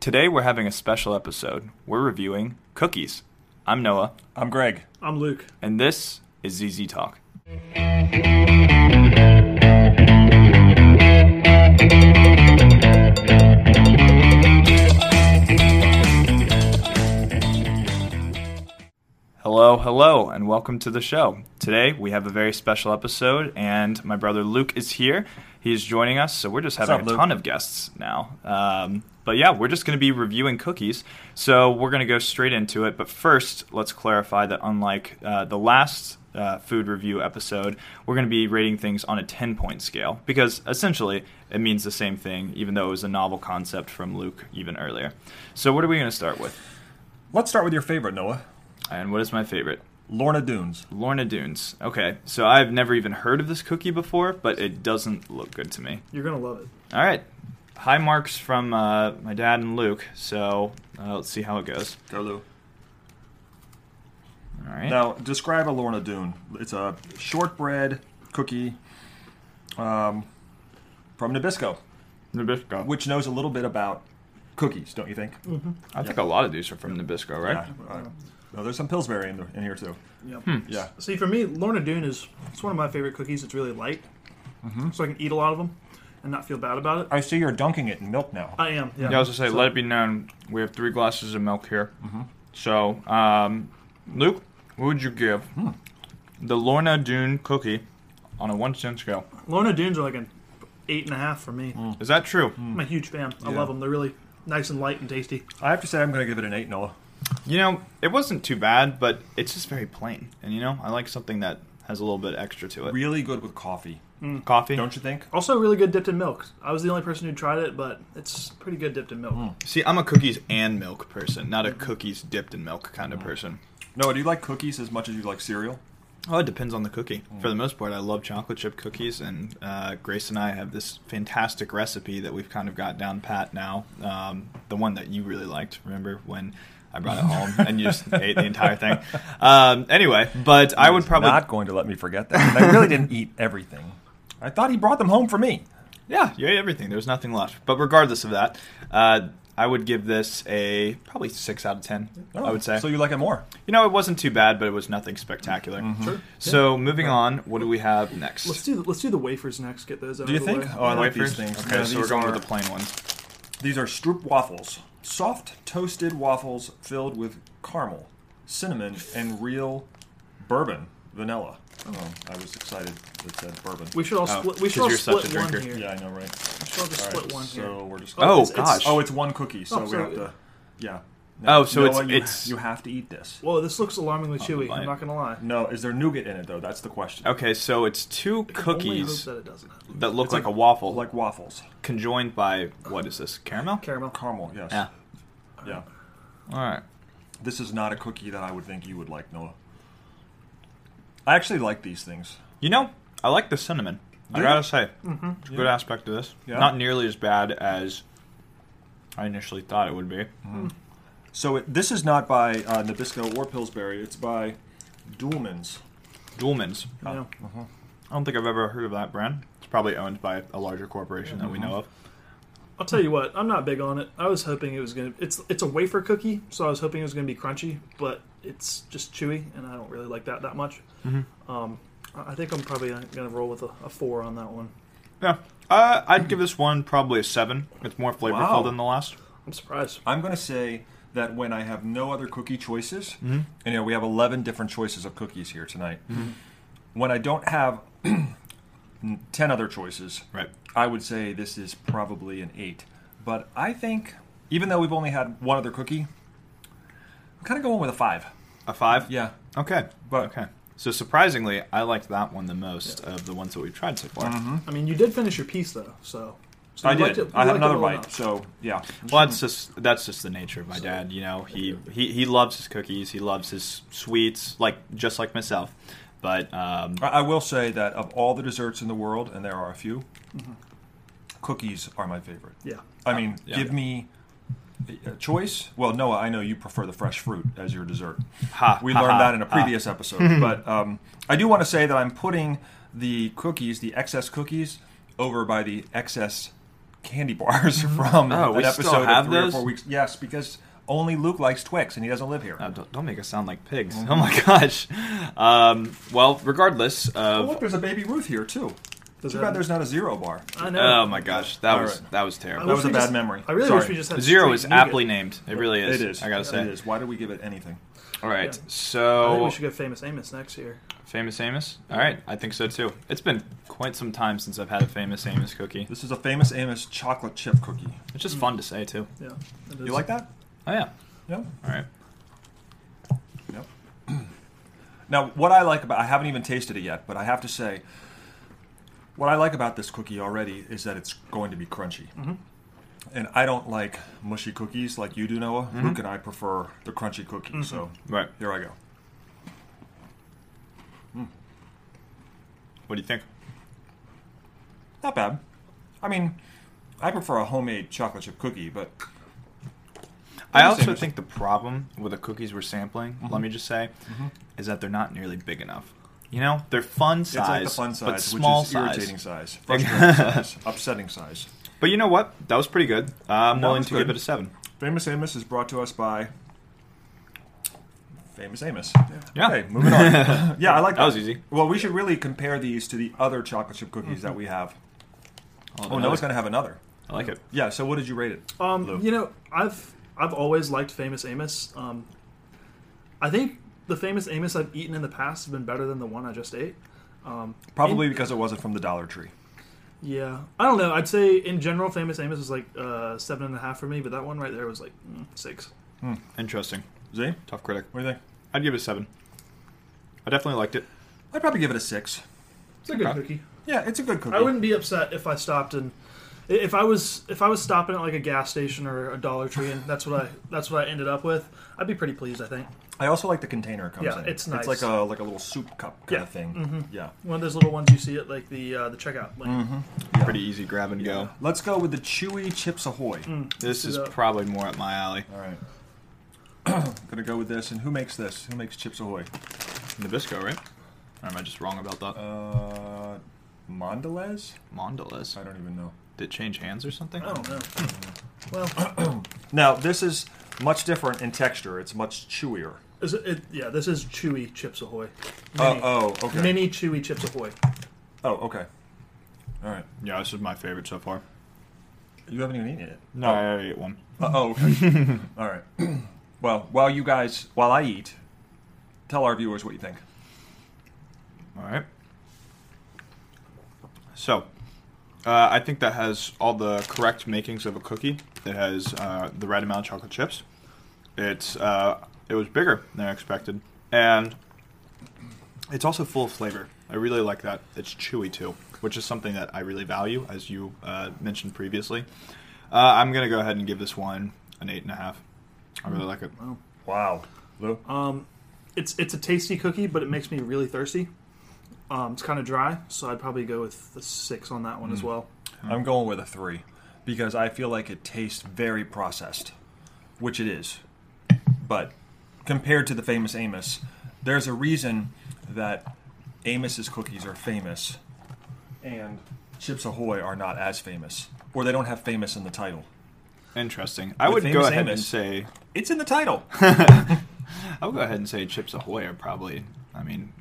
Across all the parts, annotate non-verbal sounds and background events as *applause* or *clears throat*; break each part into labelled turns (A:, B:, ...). A: Today we're having a special episode. We're reviewing cookies. I'm Noah,
B: I'm Greg.
C: I'm Luke.
A: and this is ZZ Talk. Hello, hello, and welcome to the show. Today we have a very special episode, and my brother Luke is here. He's joining us, so we're just having
B: up,
A: a
B: Luke?
A: ton of guests now. Um, but yeah, we're just going to be reviewing cookies, so we're going to go straight into it. But first, let's clarify that unlike uh, the last uh, food review episode, we're going to be rating things on a 10 point scale because essentially it means the same thing, even though it was a novel concept from Luke even earlier. So, what are we going to start with?
B: Let's start with your favorite, Noah.
A: And what is my favorite?
B: Lorna Dunes.
A: Lorna Dunes. Okay, so I've never even heard of this cookie before, but it doesn't look good to me.
C: You're gonna love it.
A: All right, high marks from uh, my dad and Luke. So uh, let's see how it goes.
B: Go Lou.
A: All right.
B: Now describe a Lorna Dune. It's a shortbread cookie um, from Nabisco,
A: Nabisco.
B: which knows a little bit about cookies, don't you think?
A: I think a lot of these are from Nabisco, right?
B: Yeah. Uh, no, there's some Pillsbury in, the, in here too.
C: Yep.
B: Yeah.
C: See, for me, Lorna Doone is it's one of my favorite cookies. It's really light,
B: Mm-hmm.
C: so I can eat a lot of them and not feel bad about it.
B: I see you're dunking it in milk now.
C: I am. Yeah.
A: Yeah, I was gonna say,
C: So-
A: let it be known we have three glasses of milk here. So, um, Luke, what would you give the Lorna Doone cookie on a one cent scale?
C: Lorna Doone's are like an eight and a half for me.
A: Is that true?
C: I'm a huge fan. I
B: Mm-hmm. Yeah.
C: love them. They're really nice and light and tasty.
B: I have to say I'm going to give it an eight, Noah.
A: You know, it wasn't too bad, but it's just very plain. And you know, I like something that has a little bit extra to it.
B: Really good with coffee,
A: Coffee.
B: don't you think?
C: Also, really good dipped in milk. I was the only person who tried it, but it's pretty good dipped in milk.
B: Mm.
A: See, I'm a cookies and milk person, not a cookies dipped in milk kind
B: Mm.
A: of person.
B: Noah, do you like cookies as much as you like cereal?
A: Oh, it depends on the cookie. For the most part, I love chocolate chip cookies, and uh, Grace and I have this fantastic recipe that we've kind of got down pat now. Um, the one that you really liked, remember when I brought it home and you
B: *laughs*
A: just ate the entire thing. Um, anyway, but I would probably
B: not going to let me forget that. I really didn't eat everything. I thought he brought them home for me.
A: Yeah, you ate everything. There's nothing left. But regardless of that, uh, I would give this a probably six out of ten. I would say.
B: Oh, So you like it more?
A: you know, it wasn't too bad, but it was nothing spectacular.
B: Mm-hmm.
C: Sure.
A: So moving on, what do we have next?
C: Let's do let's do the wafers next. Get those out.
B: Do you
C: of the
B: think?
C: Way.
B: Oh, I like
A: Wafers?
B: these things.
A: Okay,
B: Yeah,
A: so we're
B: these
A: going
B: are-
A: with the plain ones.
B: These are Stroop waffles, soft toasted waffles filled with caramel, cinnamon, and real bourbon vanilla. Oh, I was excited that said bourbon.
C: we should all
A: Oh,
C: split. We
A: 'cause
C: should all
A: you're such a
C: split one
A: drinker.
C: here.
B: yeah, I know, right?
C: We should all just
B: All
C: split
B: right,
C: one here.
B: so we're just.
A: Oh,
C: it's- it's-
A: gosh.
B: Oh, it's one cookie, so
C: Oh,
B: we
C: so
B: have
C: it-
B: to. Yeah.
A: Oh, so
B: You know
A: it's-
B: what? you,
A: it's-
B: you have to eat this.
C: Whoa, this looks
B: Oh,
C: alarmingly chewy.
A: bite.
C: I'm not gonna lie.
B: No, is there nougat in it though? That's the question.
A: Okay, so it's two
C: can only
A: cookies
C: hope that it doesn't happen.
A: that look
B: It's
A: like,
B: like-
A: a waffle, like
B: Like waffles,
A: conjoined by what is this caramel?
C: Caramel.
B: caramel. Yes.
A: Yeah.
B: Yeah.
A: All right.
B: This is not a cookie that I would think you would like, Noah. I actually like these things.
A: You know, I like the cinnamon. I
B: Do
A: gotta
B: you?
A: say, it's a good
B: Yeah.
A: aspect to this.
B: Yeah.
A: Not nearly as bad as I initially thought it would be.
B: So it, this is not by uh, Nabisco or Pillsbury. It's by Duhlmann's.
A: Duhlman's.
B: Oh,
C: Yeah.
A: I don't think I've ever heard of that brand. It's probably owned by a larger corporation that we know of.
B: Mm-hmm.
C: I'll tell you what, I'm not big on it. I was hoping it was gonna. It's it's a wafer cookie, so I was hoping it was gonna be crunchy, but it's just chewy, and I don't really like that that much.
B: Mm-hmm.
C: Um, I I think I'm probably gonna roll with a, a four on that one.
A: Yeah. Uh, I'd give this one probably a seven. It's more flavorful
B: Wow.
A: than the last.
C: I'm surprised.
B: I'm going to say that when I have no other cookie choices, and you know we have 11 different choices of cookies here tonight. When I don't have *clears throat* 10 other choices,
A: Right.
B: I would say this is probably an eight. But I think, even though we've only had one other cookie, I'm kind of going with a five.
A: A five?
B: Yeah.
A: Okay.
B: But-
A: okay. So surprisingly, I liked that one the most of the ones that we've tried so far.
B: Mm-hmm.
C: I mean, you did finish your piece though, so. so
B: I
C: you liked
B: did.
C: it- you
B: I
C: liked
B: had
C: it
B: another
C: well
B: bite,
C: enough.
B: so yeah.
A: Well, that's just that's just the nature of my dad. You know, he, he he loves his cookies. He loves his sweets, like just like myself. But um,
B: I I will say that of all the desserts in the world, and there are a few, cookies are my favorite.
C: Mm-hmm. Yeah.
B: I mean,
A: Yeah.
B: give me a choice. Well, Noah, I know you prefer the fresh fruit as your dessert.
A: ha,
B: We
A: ha, Ah.
B: learned
A: ha,
B: that in a
A: ha. *laughs*
B: previous episode, but um, I do want to say that I'm putting the cookies, the excess cookies, over by the excess candy *laughs* bars from
A: Oh,
B: an
A: we
B: episode
A: still have
B: of three
A: those?
B: or four weeks. Yes, because only Luke likes Twix and he doesn't live here.
A: Uh, don't, don't make us sound like pigs. *laughs*
B: Mm-hmm.
A: Oh my gosh. Um, well, regardless
B: oh,
A: of
B: look, there's a baby Ruth here too.
C: Does
B: Too
C: that-
B: bad there's not a zero bar.
C: I know.
A: oh my gosh, that
B: All
A: was
B: right.
A: that was
C: I
A: terrible.
B: That
C: wish
B: was a
C: we
B: bad
C: just-
B: memory.
C: I really
B: Sorry.
C: wish we just had
A: Zero
C: straight
A: is
C: nougat.
A: aptly named. It really is.
B: It is.
A: I gotta say.
B: It is. Why do we give it anything?
A: All right.
C: Yeah. I think
A: So
C: we should go famous Amos next year.
A: famous Amos. All right, I think so too. It's been quite some time since I've had a famous Amos cookie.
B: This is a famous Amos chocolate chip cookie.
A: It's
C: Mm.
A: just fun to say too.
C: Yeah. it
B: You
C: is.
B: like that?
A: Oh yeah.
B: Yeah.
A: All right.
B: Yep. *clears throat* now, what I like about I haven't even tasted it yet, but I have to say, what I like about this cookie already is that it's going to be crunchy.
C: Mm-hmm.
B: And I don't like mushy cookies like you do, Noah.
C: Mm-hmm.
B: Luke and I prefer the crunchy cookie. So
A: Right.
B: here I go.
A: What do you think?
B: Not bad. I mean, I prefer a homemade chocolate chip cookie, but
A: I
B: Famous Mm-hmm.
A: also
B: Amos.
A: think the problem with the cookies we're sampling, let me just say, is that they're not nearly big enough. You know, they're fun
B: it's like
A: size,
B: the fun
A: but
B: size,
A: small
B: which is
A: size.
B: irritating size, frustrating
A: *laughs*
B: size, upsetting size.
A: But you know what? That was pretty good. Uh, I'm
B: That
A: willing
B: was
A: to
B: good.
A: give it a seven.
B: Famous Amos is brought to us by Famous Amos.
A: Yeah.
B: Okay, moving on.
A: *laughs*
B: yeah, I like that.
A: That was easy. Mm-hmm.
B: Well, we should really compare these to the other chocolate chip cookies that we have. Oh, Noah's going to have another.
A: I like it.
B: Yeah, so what did you rate it?
C: Um,
B: Lou?
C: you know, I've I've always liked Famous Amos. Um, I think the Famous Amos I've eaten in the past have been better than the one I just ate. Um,
B: Probably because it wasn't from the Dollar Tree.
C: Yeah, I don't know. I'd say in general, Famous Amos is like uh, seven and a half for me, but that one right there was like mm, six.
A: Interesting.
B: Z,
A: Tough critic.
B: what do you think?
A: I'd give it a seven. I definitely liked it.
B: I'd probably give it a six.
C: It's a good
A: Okay.
C: cookie.
B: Yeah, it's a good cookie.
C: I wouldn't be upset if I stopped and if I was if I was stopping at like a gas station or a Dollar Tree, and
B: *laughs*
C: that's what I that's what I ended up with. I'd be pretty pleased. I think
B: I also like the container it comes
C: Yeah,
B: in.
C: it's nice.
B: It's like a like a little soup cup kind
C: Yeah. Mm-hmm.
B: of thing. Yeah.
C: one of those little ones you see at like the uh, the checkout lane.
B: Mm-hmm.
A: Pretty easy grab and go.
B: Let's go with the Chewy Chips Ahoy.
C: Mm.
A: This is
C: it up.
A: probably more up my alley.
B: All right. *clears throat* Gonna go with this. And who makes this? Who makes Chips Ahoy?
A: Nabisco, right? Or am I just wrong about that?
B: Uh, Mondelez?
A: Mondelez.
B: I don't even know.
A: Did it change hands or something?
C: I don't know. oh, Well,
B: Now this is much different in texture. It's much chewier.
C: Is it, it, yeah, this is Chewy Chips Ahoy.
B: Oh,
C: Mini,
B: oh, okay.
C: mini Chewy Chips Ahoy.
B: Oh, okay. All right.
A: Yeah, this is my favorite so far.
B: You haven't even eaten it.
A: No, I already ate one.
B: Uh, oh, okay.
C: *laughs*
B: All right. *clears throat* Well, while you guys, while I eat, tell our viewers what you think.
A: All right. So, uh, I think that has all the correct makings of a cookie. It has uh, the right amount of chocolate chips. It's uh, it was bigger than I expected, and it's also full of flavor. I really like that. It's chewy too, which is something that I really value, as you uh, mentioned previously. Uh, I'm gonna go ahead and give this one an eight and a half. I really like it.
B: Hmm. Wow, Lou.
C: It's it's a tasty cookie, but it makes me really thirsty. Um, it's kind of dry, so I'd probably go with the six on that one
B: Hmm.
C: as well.
B: I'm going with a three because I feel like it tastes very processed, which it is. But compared to the famous Amos, there's a reason that Amos's cookies are famous and Chips Ahoy are not as famous, or they don't have famous in the title.
A: Interesting. I
B: With
A: would go
B: Famous
A: ahead and
B: Amos.
A: say
B: It's in the title.
A: I'll go ahead and say Chips Ahoy are probably, I mean,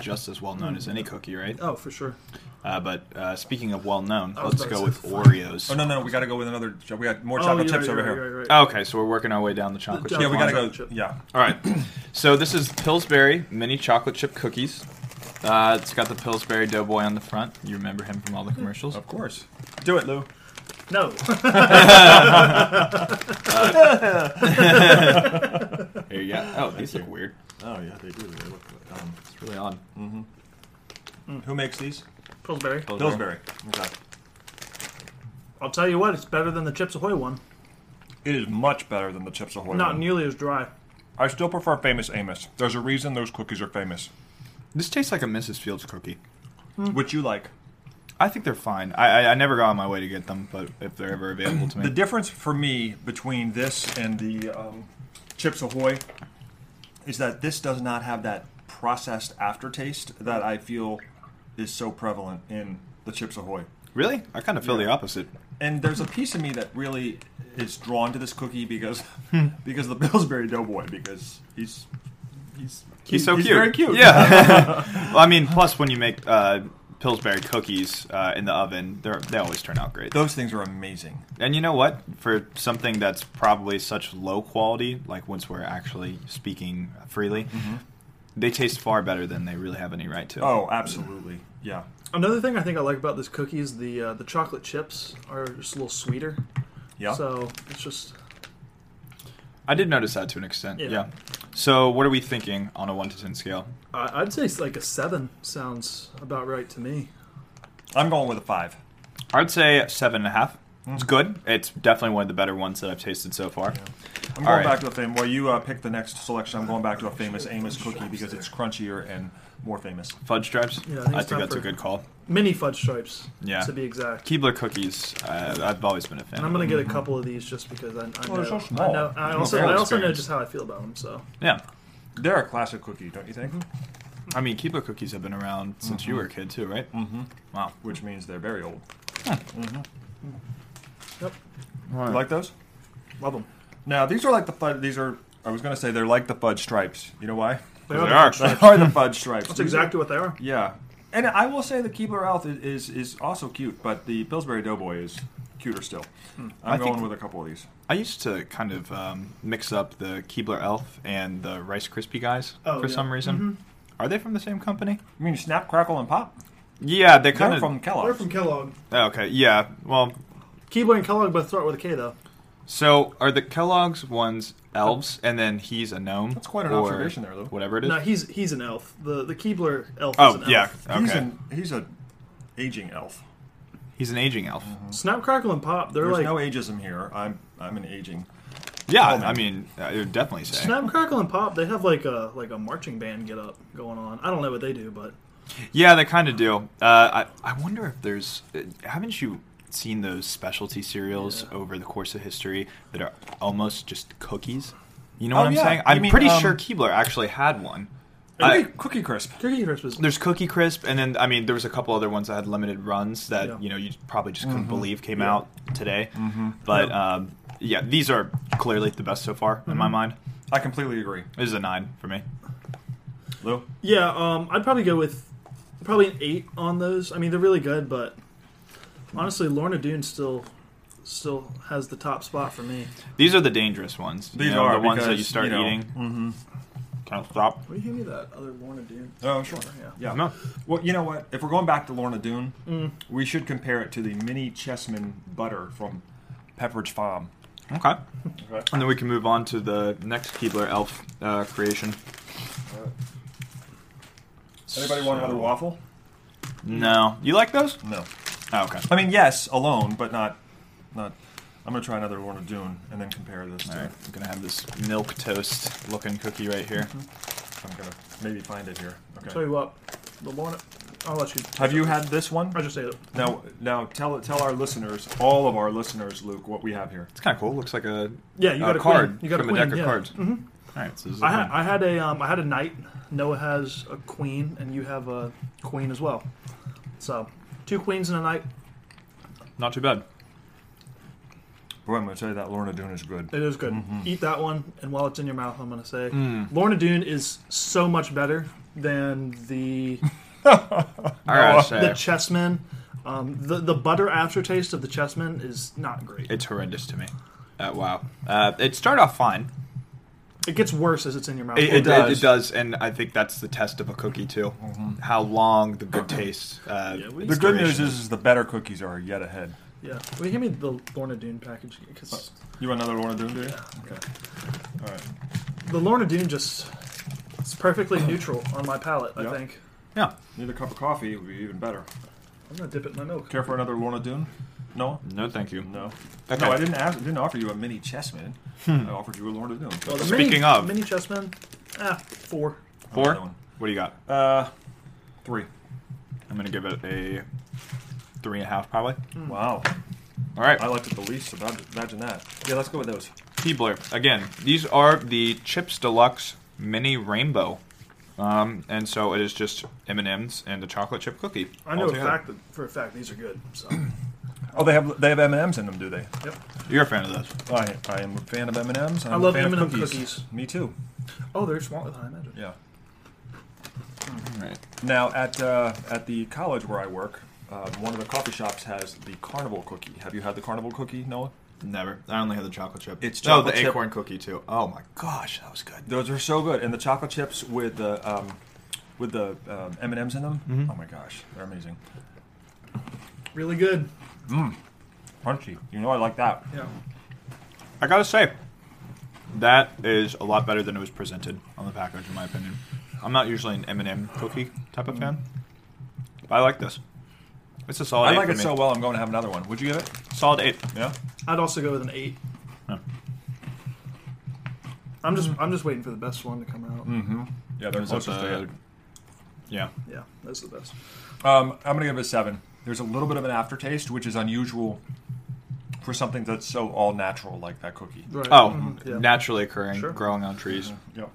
A: just as well known as any cookie, right?
C: Oh, for sure.
A: Uh, but uh, speaking of well known,
C: was
A: let's
C: about
A: go
C: to
A: with
C: say-
A: Oreos.
B: oh no, no, we got to go with another. cho- We got more
C: oh,
B: chocolate
C: you're
B: chips
C: right,
B: over here.
C: you're
B: Oh.
C: right, you're right.
A: Okay, so we're working our way down the chocolate chip.
B: Yeah, we got to
C: gotta
A: line.
B: go.
C: Chocolate chip.
B: Yeah,
A: All right. So this is Pillsbury mini chocolate chip cookies. Uh, it's got the Pillsbury Doughboy on the front. You remember him from all the commercials.
B: of course. Do it, Lou.
C: No, *laughs*
A: Here you go. Oh, these look weird.
B: Oh yeah, they do. They look. Um,
A: It's really odd.
B: who makes these?
C: Pillsbury.
B: Pillsbury. Okay.
C: I'll tell you what, it's better than the Chips Ahoy one.
B: It is much better than the Chips Ahoy.
C: Not
B: one.
C: nearly as dry.
B: I still prefer Famous Amos. There's a reason those cookies are famous.
A: This tastes like a Mrs. Fields cookie.
B: Which you like.
A: I think they're fine. I, I, I never go on my way to get them, but if they're ever available to me,
B: The difference for me between this and the um, Chips Ahoy is that this does not have that processed aftertaste that I feel is so prevalent in the Chips Ahoy.
A: Really? I kind of feel the opposite.
B: And there's a piece of me that really is drawn to this cookie because *laughs* because of the Pillsbury Doughboy because he's he's
A: He's so
B: he's
A: cute.
B: very cute.
A: Yeah. *laughs* well, I mean, plus when you make uh, Pillsbury cookies uh, in the oven, they they always turn out great.
B: Those things are amazing.
A: And you know what? For something that's probably such low quality, like once we're actually speaking freely, they taste far better than they really have any right to.
B: Oh, absolutely. Yeah.
C: Another thing I think I like about this cookie is the uh, the chocolate chips are just a little sweeter.
B: Yeah.
C: So it's just
A: I did notice that to an extent. Yeah.
C: Yeah.
A: So what are we thinking on a one to ten scale?
C: I, I'd say it's like a seven sounds about right to me.
B: I'm going with a five.
A: I'd say seven and a half. It's good. It's definitely one of the better ones that I've tasted so far.
B: I'm
A: All
B: going
A: right.
B: back to the fame. Well, you uh, pick the next selection. I'm going back to a famous Amos cookie because it's crunchier and more famous.
A: Fudge stripes.
C: Yeah,
A: I
C: I think
A: think,
C: it's time
A: that's a
C: for-
A: good call.
C: Mini fudge stripes.
A: Yeah.
C: To be exact.
A: Keebler cookies. Uh, I've always been a fan.
C: And I'm gonna get a couple of these Mm-hmm. Oh, just because I, I know.
B: Well, they're so
C: I
B: small.
C: know. I
B: They're
C: also
A: very
C: I also know
A: experienced.
C: just how I feel about them. So
A: Yeah.
B: They're a classic cookie, don't you think?
A: Mm-hmm. I mean, Keebler cookies have been around since you were a kid too, right? Mm,
B: Mm-hmm.
A: Wow.
B: Which means they're very old.
C: yep,
B: You like those?
C: love them.
B: Now these are like the fudge. These are. I was going to say they're like the fudge stripes. You know
C: *laughs*
B: why?
A: They
C: They are. the
A: are.
C: fudge
B: They
C: stripes.
B: are the fudge stripes.
C: That's
B: These are-
C: exactly what they are.
B: Yeah, and I will say the Keebler Elf i- is is also cute, but the Pillsbury Doughboy is cuter still.
C: Hmm.
B: I'm
A: I think-
B: going with a couple of these.
A: I used to kind of um, mix up the Keebler Elf and the Rice Krispie guys
C: Oh,
A: for
C: yeah.
A: some reason.
B: Mm-hmm.
A: Are they from the same company?
B: I mean, Snap Crackle and Pop.
A: Yeah, they kind
B: They're
A: of.
B: from
C: They're
B: Kellogg's.
C: from Kellogg.
A: okay, yeah. Well,
C: Keebler and Kellogg both start with a K though.
A: so are the Kellogg's ones elves, and then he's a gnome?
B: That's quite an
A: or
B: observation there, Lou.
A: Whatever it is.
C: No, he's he's an elf. The the Keebler elf. is
A: oh
C: an
A: yeah.
C: Elf.
A: Okay.
B: He's an he's a aging elf.
A: aging elf.
B: Mm-hmm.
C: Snap crackle and pop. They're
B: There's
C: like
B: no ageism here. I'm I'm an aging.
A: Yeah,
B: Oh, man.
A: I mean, I would definitely say.
C: Snap Crackle and Pop, they have like a like a marching band get up going on. I don't know what they do, but
A: Yeah, they kind of do. Uh, I I wonder if there's uh, haven't you seen those specialty cereals
C: Yeah.
A: over the course of history that are almost just cookies? You know
B: Oh,
A: what I'm
B: yeah.
A: saying?
B: You
A: I'm
B: mean,
A: pretty
B: um,
A: sure Keebler actually had one. I-
B: Cookie, cookie crisp.
C: Cookie Crisp is
A: there's Cookie Crisp, and then I mean there was a couple other ones that had limited runs that
C: Yeah.
A: you know you probably just
B: Mm-hmm.
A: couldn't believe came out today. But um, yeah, these are clearly the best so far in my
B: Mm-hmm.
A: mind.
B: I completely agree,
A: This is a nine for me.
B: Lou.
C: yeah. Um, I'd probably go with probably an eight on those. I mean, they're really good, but honestly, Lorna Doone still still has the top spot for me.
A: These are the dangerous ones. you
B: These
A: know, the
B: are
A: ones that
B: because,
A: you start
B: you know,
A: eating. Mm-hmm. Can't stop.
C: Will you give me that other Lorna Doone?
B: Oh sure.
C: Yeah.
B: Yeah.
A: No.
B: Well, you know what? If we're going back to Lorna Doone, we should compare it to the mini Chessman butter from Pepperidge Farm.
A: Okay.
B: Okay.
A: And then we can move on to the next Keebler Elf uh, creation.
B: Anybody want another
A: So-
B: waffle?
A: No. You like those?
B: No.
A: Oh, okay.
B: I mean, yes, alone, but not, not. I'm gonna try another Lorna Doone and then compare this.
A: All
B: to
A: right. I'm going to have this milk toast looking cookie right here.
C: Mm-hmm.
B: I'm gonna maybe find it here.
C: Tell
B: Okay.
C: you what, the Lorna. I'll let you.
B: Have you had this one?
C: I just ate it.
B: Now, now tell tell our listeners, all of our listeners, Luke, what we have here.
A: It's kind of cool. Looks like a
C: Yeah, you
A: a
C: got a
A: card.
C: Queen. You got
A: from
C: a queen.
A: deck of
C: yeah.
A: cards. Mm-hmm. All right. So this is
C: I
A: a
C: had,
A: win.
C: I had a um, I had a knight. Noah has a queen, and you have a queen as well. So two queens and a knight.
A: Not too bad.
B: Boy, I'm gonna tell you that Lorna Doone is good.
C: It is good. Eat that one, and while it's in your mouth, I'm gonna say Lorna Doone is so much better than the
A: All right. I'll
C: the
A: say
C: chessmen. Um, the the butter aftertaste of the chessmen is not great.
A: it's horrendous to me. Uh, wow. Uh, it started off fine.
C: It gets worse as it's in your mouth.
A: It, it,
B: does.
A: it, it does, and I think that's the test of a cookie too. How long the good taste. Uh,
C: Mm-hmm. Yeah, we-
A: its
B: The good news
A: duration
B: is, is the better cookies are yet ahead.
C: yeah. Will you give me the Lorna Doone package? 'Cause-
B: You want another Lorna Doone, do you?
C: okay.
B: All right.
C: The Lorna Doone just it's perfectly neutral on my palate. I
B: Yeah.
C: think
A: Yeah.
B: Need a cup of coffee, it would be even better.
C: I'm gonna dip it in my milk.
B: Care for another Lorna Doone? No.
A: No, thank you.
B: No.
A: Okay.
B: No, I didn't ask. I didn't offer you a mini Chessman. I offered you a Lorna Doone.
C: Well, the
A: Speaking
C: mini,
A: of-
C: mini chessmen, ah, four.
A: Four.
B: Another one.
A: What do you got?
B: Uh, three.
A: I'm gonna give it a three and a half, probably.
B: Wow.
A: All right,
B: I liked it the least. Imagine imagine that. Yeah, let's go with those.
A: Keebler. Again, these are the Chips Deluxe Mini Rainbow. Um, and so it is just M and M's and a chocolate chip cookie.
C: I know for a
A: altogether.
C: fact that for a fact these are good. So,
B: Oh, they have they have M and M's in them, do they?
C: yep.
A: You're a fan of those.
B: I, I am a fan of M and M's.
C: I love
B: a fan of
C: M&M
B: cookies.
C: cookies.
B: Me too.
C: Oh, they're smaller than I imagined.
B: Yeah.
A: All right.
B: Now at uh, at the college where I work, uh, one of the coffee shops has the carnival cookie. Have you had the carnival cookie, Noah?
A: Never. I only had the chocolate chip.
B: It's
A: No,
B: chocolate
A: the
B: chip.
A: acorn cookie too. Oh my gosh, that was good.
B: Those are so good, and the chocolate chips with the um, with the um, M and M's in them.
A: Mm-hmm.
B: Oh my gosh, they're amazing.
C: Really good.
B: Crunchy. You know I like that.
C: Yeah.
A: I gotta say, that is a lot better than it was presented on the package, in my opinion. I'm not usually an M&M cookie type of fan, but I like this. It's a solid.
B: I
A: eight
B: like
A: for
B: it
A: me.
B: so well. I'm going to have another one. Would you give it?
A: Solid eight.
B: Yeah.
C: I'd also go with an eight.
A: Yeah.
C: I'm just I'm just waiting for the best one to come out.
A: Mm-hmm.
B: Yeah, they're
A: Is that
B: closest to
A: the-
B: it.
A: Yeah.
C: Yeah, that's the best.
B: Um, I'm gonna give it a seven. There's a little bit of an aftertaste, which is unusual for something that's so all natural like that cookie. Uh-huh.
C: Right.
A: Oh,
C: Mhm, yeah.
A: naturally occurring,
C: Sure.
A: growing on trees.
B: Yep.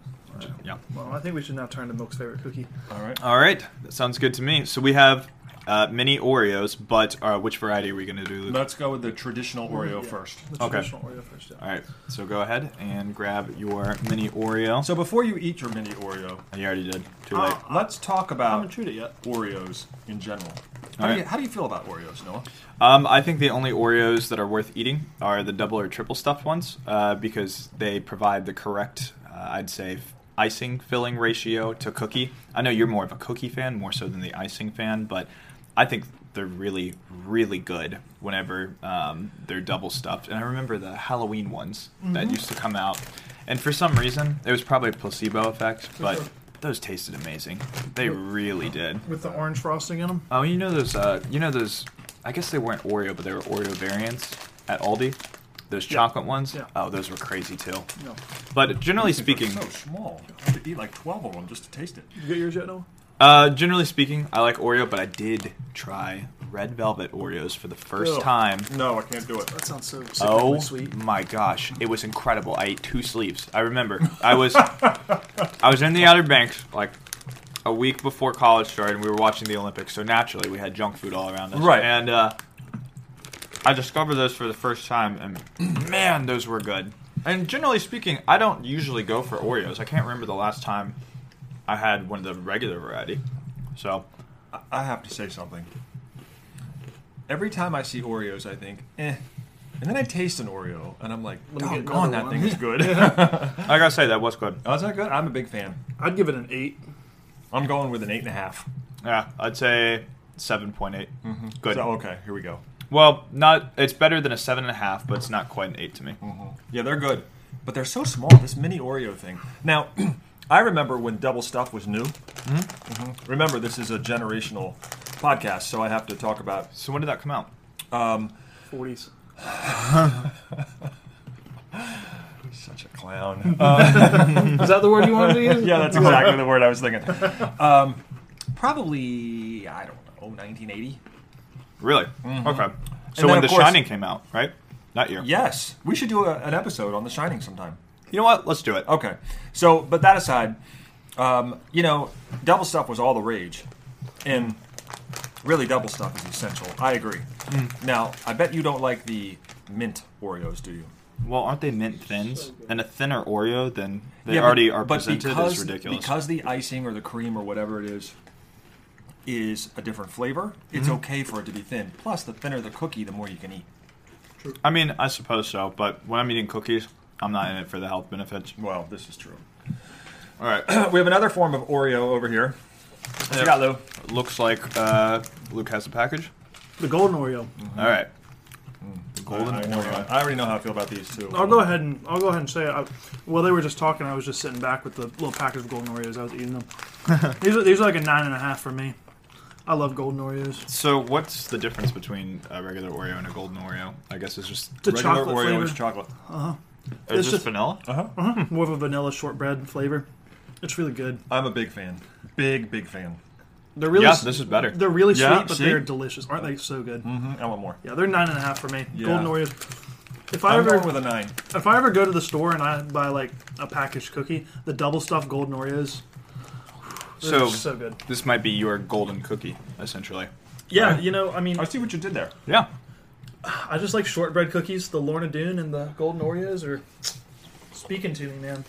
A: Yeah.
C: Well, I think we should now turn to Milk's favorite cookie.
B: All right.
A: All right, that sounds good to me. So we have uh, mini Oreos, but uh, which variety are we going to do? Luke?
B: Let's go with the traditional Oreo
C: Yeah,
B: first.
C: The
A: Okay.
C: traditional Oreo first. Yeah.
A: All right, so go ahead and grab your mini Oreo.
B: So before you eat your mini Oreo,
A: you already did. Too
C: Uh,
A: late.
B: let's talk
C: I
B: about
C: haven't chewed it yet.
B: Oreos in general. How, do
A: Alright.
B: you, how do you feel about Oreos, Noah?
A: Um, I think the only Oreos that are worth eating are the double or triple stuffed ones uh, because they provide the correct, uh, I'd say, f- icing filling ratio to cookie. I know you're more of a cookie fan, more so than the icing fan, but I think they're really, really good whenever um, they're double stuffed. And I remember the Halloween ones that used to come out. And for some reason, it was probably a placebo effect, but
C: sure.
A: those tasted amazing. They really did.
C: With the orange frosting in them.
A: Oh, you know those. Uh, you know those. I guess they weren't Oreo, but they were Oreo variants at Aldi. Those chocolate ones.
C: Yeah.
A: Oh, those were crazy too.
C: No.
A: But generally
B: They're
A: speaking,
B: so small. I have to eat like 12 of them just to taste it.
C: Did you get yours yet, Noah?
A: uh, generally speaking, I like Oreo, but I did try red velvet Oreos for the first
C: Ew.
A: time.
B: No, I can't do it.
C: That sounds so sickly
A: Oh
C: sweet.
A: my gosh, it was incredible. I ate two sleeves. I remember. I was I was in the Outer Banks like a week before college started and we were watching the Olympics, so naturally we had junk food all around us.
B: Right.
A: And uh, I discovered those for the first time and man, those were good. And generally speaking, I don't usually go for Oreos. I can't remember the last time I had one of the regular variety. So
B: I- I have to say something. Every time I see Oreos, I think, eh. And then I taste an Oreo, and I'm like,
C: Let me get
B: doggone, that
C: another
B: thing
C: one." *laughs*
B: is good. *laughs* oh,
A: like I gotta say that was good.
B: is that good? I'm a big fan.
C: I'd give it an eight.
B: I'm going with an 8.5.
A: Yeah, I'd say seven point eight. Good.
B: Mm-hmm. So, okay, here we go.
A: Well, not. It's better than a seven and a half, but it's not quite an eight to me.
B: Yeah, they're good, but they're so small. This mini Oreo thing. Now, *clears throat* I remember when double stuff was new. Mm-hmm. Remember, this is a generational podcast, so I have to talk about.
A: So when did that come out?
C: Forties.
B: Such a clown. Uh,
C: Is that the word you wanted
A: *laughs*
C: to use?
B: yeah, that's exactly the word I was thinking. Um, probably I don't know, 1980.
A: Really? Okay. So
B: Mm-hmm. then,
A: when
B: of
A: The
B: course-
A: Shining came out, right? That year.
B: Yes, we should do a, an episode on The Shining sometime.
A: You know what? Let's do it.
B: Okay, so but that aside, um, you know, double stuff was all the rage, and really double stuff is essential. I agree.
A: Hmm.
B: Now, I bet you don't like the mint Oreos, do you?
A: Well, aren't they mint thins? And a thinner Oreo than they
B: Yeah, but-
A: already are
B: but
A: presented
B: because-
A: is ridiculous.
B: Because the icing or the cream or whatever it is is a different flavor. It's
A: Mm-hmm.
B: okay for it to be thin. Plus, the thinner the cookie, the more you can eat.
A: I mean, I suppose so. But when I'm eating cookies, I'm not in it for the health benefits.
B: Well, this is true. *clears throat*
A: All right. *coughs*
B: we have another form of Oreo over here. What you got, Lou?
A: Looks like uh, Luke has the package.
C: The golden Oreo.
B: Mm-hmm.
A: All right. The golden
B: I, I know-
A: Oreo.
B: I already know how I feel about these two.
C: I'll go ahead and I'll go ahead and say it. I, while they were just talking, I was just sitting back with the little package of golden Oreos. I was eating them. these are these are like a nine and a half for me. I love golden Oreos.
A: *laughs* So what's the difference between a regular Oreo and a golden Oreo? I guess it's just
C: The
B: Regular
C: chocolate
B: Oreo
C: flavor,
B: is chocolate.
A: is
C: It's
A: this
C: just-
A: vanilla?
C: more of a vanilla shortbread flavor. It's really good.
B: I'm a big fan. Big, big fan.
C: They're really
A: yeah,
C: s-
A: this is better.
C: they're really
B: Yeah,
C: sweet, but
B: see?
C: they're delicious. Aren't they so good?
B: Mm-hmm. I want more.
C: Yeah, they're nine and a half for me.
B: Yeah.
C: Golden Oreos. If I
B: I'm
C: ever
B: going with a nine.
C: if I ever go to the store and I buy like a packaged cookie, the double stuffed golden Oreos, They're
A: So-
C: just so good.
A: This might be your golden cookie, essentially.
C: Yeah,
B: Right.
C: you know, I mean,
B: I see what you did there.
A: Yeah.
C: I just like shortbread cookies. The Lorna Doone and the Golden Oreos are speaking to me, man.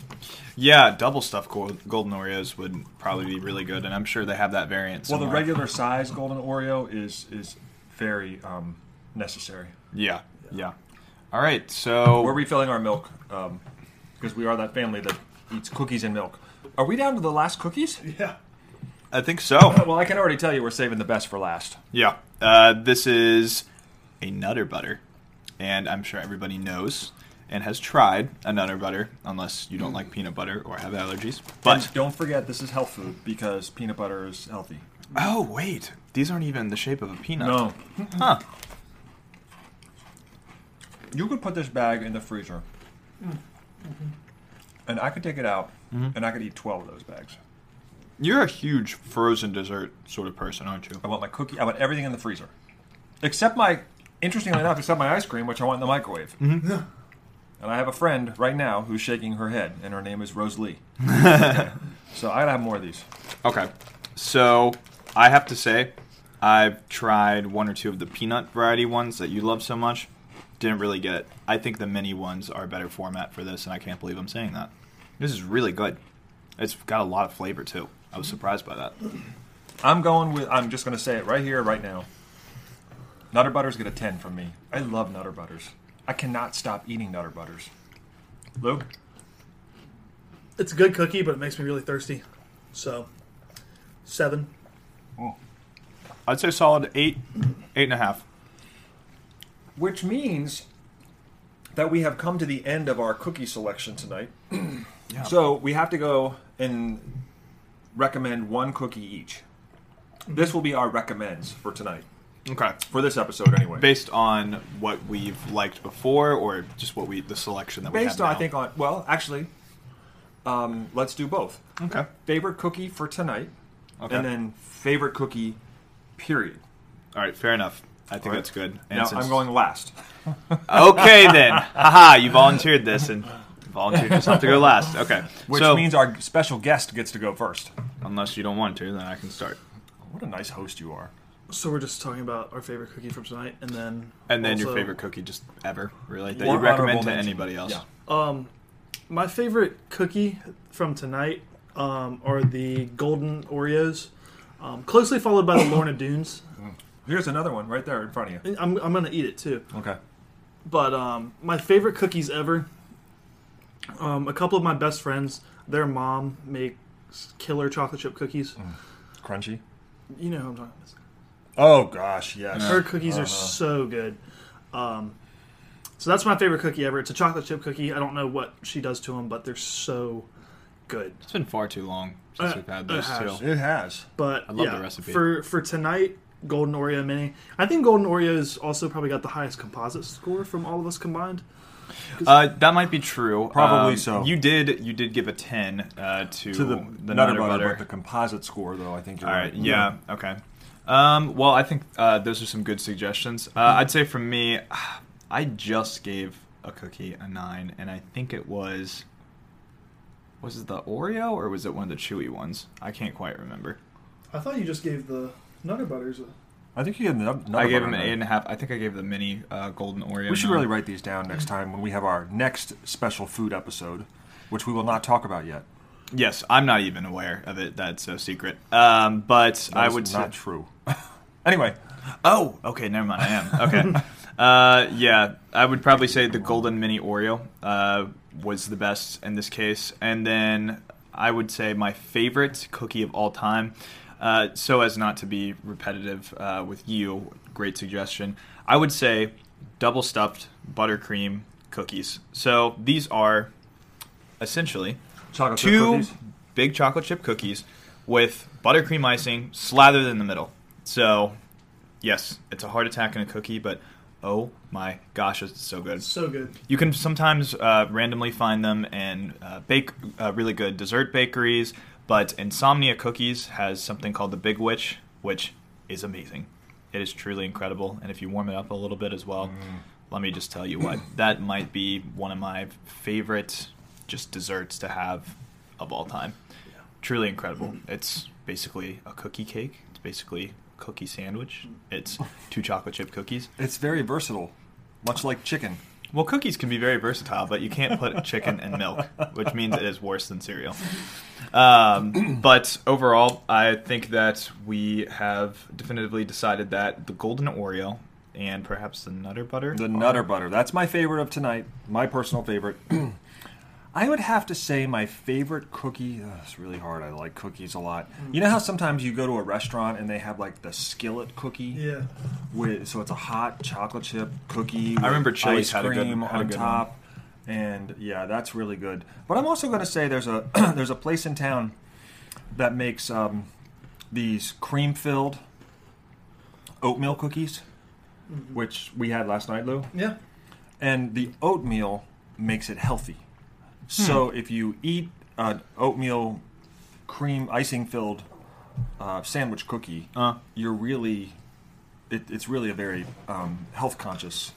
A: Yeah, double stuffed gol- golden Oreos would probably be really good, and I'm sure they have that variant.
B: Well, the
A: somewhere.
B: regular size golden Oreo is is very um, necessary.
A: Yeah, yeah. All right, so
B: We're refilling our milk um, because we are that family that eats cookies and milk. Are we down to the last cookies?
C: Yeah.
A: I think so.
B: Well, I can already tell you we're saving the best for last.
A: Yeah, uh, this is a Nutter Butter, and I'm sure everybody knows and has tried a Nutter Butter, unless you don't like peanut butter or have allergies. But
B: And don't forget this is health food because peanut butter is healthy.
A: oh wait, these aren't even the shape of a peanut.
B: No,
A: Huh.
B: you could put this bag in the freezer, and I could take it out, and I could eat twelve of those bags.
A: You're a huge frozen dessert sort of person, aren't you?
B: I want my cookie. I want everything in the freezer, except my. Interestingly enough, except my ice cream, which I want in the microwave. Mm-hmm. And I have a friend right now who's shaking her head, and her name is Rose Lee. so I gotta have more of these.
A: Okay. So I have to say, I've tried one or two of the peanut variety ones that you love so much. Didn't really get it. I think the mini ones are a better format for this, and I can't believe I'm saying that. This is really good. It's got a lot of flavor too. I was surprised by that.
B: I'm going with. I'm just gonna say it right here, right now. Nutter butters get a ten from me. I love Nutter butters. I cannot stop eating Nutter butters. Luke,
C: It's a good cookie, but it makes me really thirsty. So, seven.
A: I'd say solid eight, eight and a half.
B: which means that we have come to the end of our cookie selection tonight.
A: Yeah.
B: So we have to go and recommend one cookie each. This will be our recommends for tonight,
A: Okay.
B: for this episode anyway.
A: Based on what we've liked before, or just what we the selection that we
B: Based
A: have
B: on, I
A: now?
B: think, on well, actually, um, let's do both.
A: Okay.
B: Favorite cookie for tonight,
A: Okay.
B: and then favorite cookie, period.
A: All right. Fair enough. I think
B: All right.
A: that's good. And
B: Now
A: since-
B: I'm going last.
A: Okay then. Haha, you volunteered this and volunteered yourself to go last. Okay.
B: Which
A: so,
B: means our special guest gets to go first.
A: unless you don't want to, then I can start.
B: What a nice host you are.
C: So we're just talking about our favorite cookie from tonight, and then
A: And then your
C: also-
A: favorite cookie just ever, really, that
B: Or
A: you recommend
B: honorable
A: to
B: mention.
A: anybody else.
B: Yeah.
C: Um, my favorite cookie from tonight um, are the Golden Oreos, um, closely followed by the Lorna Doones.
B: Here's another one right there in front of you.
C: I'm I'm gonna eat it too.
B: Okay.
C: But um, my favorite cookies ever. Um, a couple of my best friends, their mom makes killer chocolate chip cookies.
A: Mm.
B: Crunchy.
C: You know who I'm talking about.
B: Oh gosh, yes.
C: Her cookies
A: Uh-huh.
C: are so good. Um, so that's my favorite cookie ever. It's a chocolate chip cookie. I don't know what she does to them, but they're so good.
A: It's been far too long since
C: Uh,
A: we've had
C: it
A: those
C: has.
A: two.
B: It has.
C: But
A: I love
C: yeah,
A: the recipe.
C: for for tonight. Golden Oreo mini. I think Golden Oreos also probably got the highest composite score from all of us combined.
A: Uh, that might be true.
B: Probably
A: Um,
B: so.
A: You did you did give a ten uh, to,
B: to the,
A: the
B: Nutter,
A: Nutter
B: butter, but the composite score though I think you're
A: All
B: right.
A: right. Yeah. Okay. Um, well, I think uh, those are some good suggestions. Uh,
B: Hmm.
A: I'd say for me, *sighs* I just gave a cookie a nine, and I think it was was it the Oreo or was it one of the chewy ones? I can't quite remember.
C: I thought you just gave the Nutter Butters a
B: I think you gave them.
A: I gave him an eight and a half. I think I gave the mini uh, golden Oreo.
B: We should
A: nine.
B: really write these down next time when we have our next special food episode, which we will not talk about yet.
A: Yes, I'm not even aware of it. That's so secret. Um, but
B: That
A: I
B: is
A: would say-
B: not true. anyway,
A: Oh, okay, never mind. I am. Okay. uh, yeah, I would probably say the Golden Mini Oreo uh, was the best in this case. And then I would say my favorite cookie of all time. Uh, so as not to be repetitive uh, with you, great suggestion. I would say double stuffed buttercream cookies. So these are essentially
B: chocolate chip
A: two
B: cookies.
A: big chocolate chip cookies with buttercream icing slathered in the middle. So, yes, it's a heart attack in a cookie, but oh my gosh, it's so good.
C: so good.
A: You can sometimes uh, randomly find them in uh, bake uh, really good dessert bakeries, but Insomnia Cookies has something called the Big Witch, which is amazing. It is truly incredible, and if you warm it up a little bit as well,
B: Mm.
A: let me just tell you what that might be one of my favorite just desserts to have of all time. truly incredible. It's basically a cookie cake. It's basically a cookie sandwich. It's two chocolate chip cookies.
B: It's very versatile, much like chicken.
A: Well, cookies can be very versatile, but you can't put chicken and milk, which means it is worse than cereal. Um, but overall, I think that we have definitively decided that the golden Oreo and perhaps the Nutter Butter.
B: The Nutter Butter. That's my favorite of tonight. My personal favorite. *clears throat* I would have to say my favorite cookie. ugh, it's really hard. I like cookies a lot. You know how sometimes you go to a restaurant and they have like the skillet cookie.
C: Yeah.
B: With so it's a hot chocolate chip cookie.
A: I remember
B: with
A: Chili's
B: ice
A: had a good-
B: cream
A: had a
B: on
A: good one.
B: top, and yeah, that's really good. But I'm also going to say there's a *clears throat* there's a place in town that makes um, these cream filled oatmeal cookies,
C: Mm-hmm.
B: which we had last night, Lou
C: Yeah.
B: and the oatmeal makes it healthy.
C: Hmm.
B: So if you eat an oatmeal cream icing filled uh, sandwich cookie,
A: Uh.
C: Uh-huh.
B: you're really it, it's really a very um, health conscious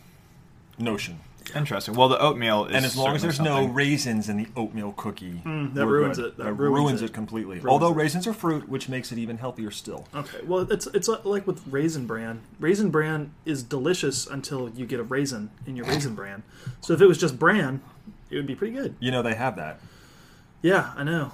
B: notion.
A: Interesting. Well, the oatmeal is
B: and as long as
A: certainly
B: there's no
A: something.
B: raisins in the oatmeal cookie,
C: Hmm, that
B: we're
C: ruins
B: good.
C: it. That
B: That
C: ruins
B: ruins,
C: it.
B: it, completely.
C: Ruins
B: Although
C: it. Uh.
B: raisins are fruit, which makes it even healthier still.
C: Okay. Well, it's it's like with raisin bran. Raisin bran is delicious until you get a raisin in your raisin bran. So if it was just bran, it would be pretty good.
B: You know they have that.
C: Yeah, I know.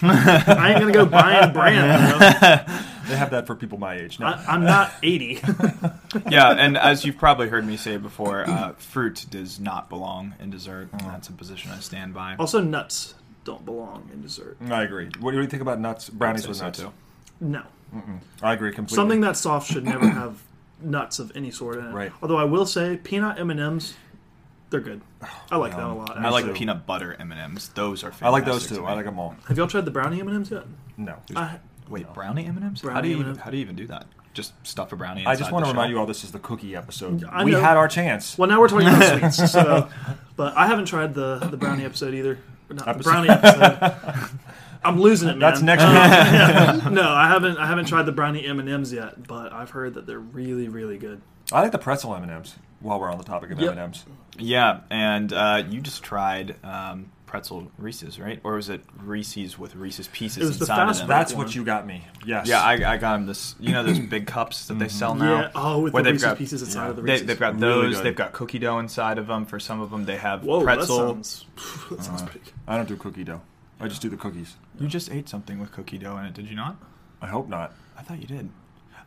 C: I ain't gonna go buying bran. Though.
B: They have that for people my age. No,
C: I, I'm not eighty. *laughs*
A: yeah, and
B: *laughs*
A: as you've probably heard me say before, uh, fruit does not belong in dessert, and that's a position I stand by.
C: also, nuts don't belong in dessert.
B: I agree. What do you think about nuts? Brownies with nuts.
C: No,
B: I agree completely.
C: something that's soft should never have nuts of any sort in it.
B: Right.
C: Although I will say, peanut M and M's, they're good. I like
B: yum.
C: that a lot.
A: I like
C: actually.
A: peanut butter M and M's. Those are fantastic
B: I like those
A: to
B: too.
A: me.
B: I like them all.
C: Have y'all tried the brownie M and M's yet?
B: No.
C: I,
A: Wait, brownie M and M's? How
C: Brownie
A: do you even,
C: M&Ms.
A: how do you even do that? Just stuff a brownie.
B: I just want to remind you all this is the cookie episode.
C: I
B: we
C: know.
B: had our chance.
C: Well, now we're talking
A: *laughs*
B: *laughs*
C: about sweets, so. But I haven't tried the the brownie episode either. Or Not the
B: Episode.
C: brownie episode. I'm losing it, man.
B: That's next
C: Uh,
B: week.
C: yeah. *laughs* No, I haven't. I haven't tried the brownie M and M's yet, but I've heard that they're really, really good.
B: *laughs* I like the pretzel M&Ms while we're on the topic of
C: Yep.
B: M&Ms.
A: Yeah, and uh, you just tried um, pretzel Reese's, right? Or was it Reese's with Reese's pieces
C: It was the
A: inside
C: fast
A: of them?
C: food.
B: That's what you got me. Yes.
A: Yeah, I, I got them this. You know those big cups that they
B: Mm-hmm.
A: sell now.
C: yeah. Oh, with
A: where
C: the
A: they've
C: Reese's
A: got-
C: pieces inside
B: yeah.
C: of the
A: They,
C: Reese's.
A: they've got
B: Really
A: those.
B: good.
A: they've got cookie dough inside of them. For some of them, they have
C: Whoa,
A: pretzel. Uh-huh.
C: that sounds. *laughs* That sounds pretty good.
B: I don't do cookie dough. I just do the cookies.
A: You just ate something with cookie dough in it, did you not?
B: I hope not.
A: I thought you did.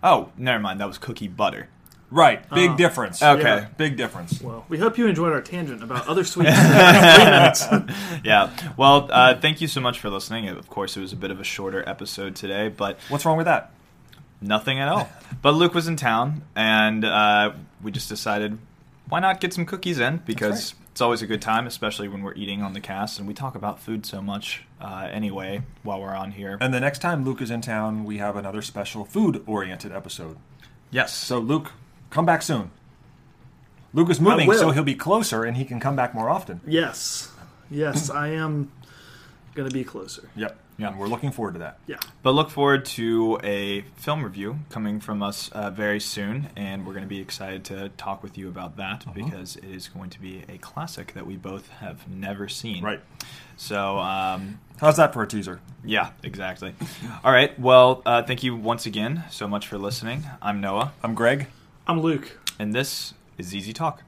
A: Oh, never mind. That was cookie butter. *laughs*
B: Right. Big
C: Uh,
B: difference.
A: Okay.
C: Yeah.
B: Big difference.
C: Well, we hope you enjoyed our tangent about
A: *laughs*
C: other sweets. *laughs* in the last three minutes.
A: Yeah. Well, uh, thank you so much for listening. Of course, it was a bit of a shorter episode today, but
B: What's wrong with that?
A: nothing at all. But Luke was in town, and uh, we just decided why not get some cookies in because
B: right.
A: it's always a good time, especially when we're eating on the cast, and we talk about food so much uh, anyway while we're on here.
B: And the next time Luke is in town, we have another special food-oriented episode.
A: Yes.
B: So Luke, come back soon. Luke is moving,
C: will.
B: so he'll be closer and he can come back more often.
C: yes, yes, I am going to be closer.
B: Yep.
A: Yeah.
B: And we're looking forward to that.
C: Yeah.
A: But look forward to a film review coming from us uh, very soon, and we're going to be excited to talk with you about that because it is going to be a classic that we both have never seen.
B: Right.
A: So, um,
B: How's that for a teaser?
A: yeah, exactly. All right. Well, uh, thank you once again so much for listening. I'm Noah,
B: I'm Greg.
C: I'm Luke.
A: and this is Easy Talk.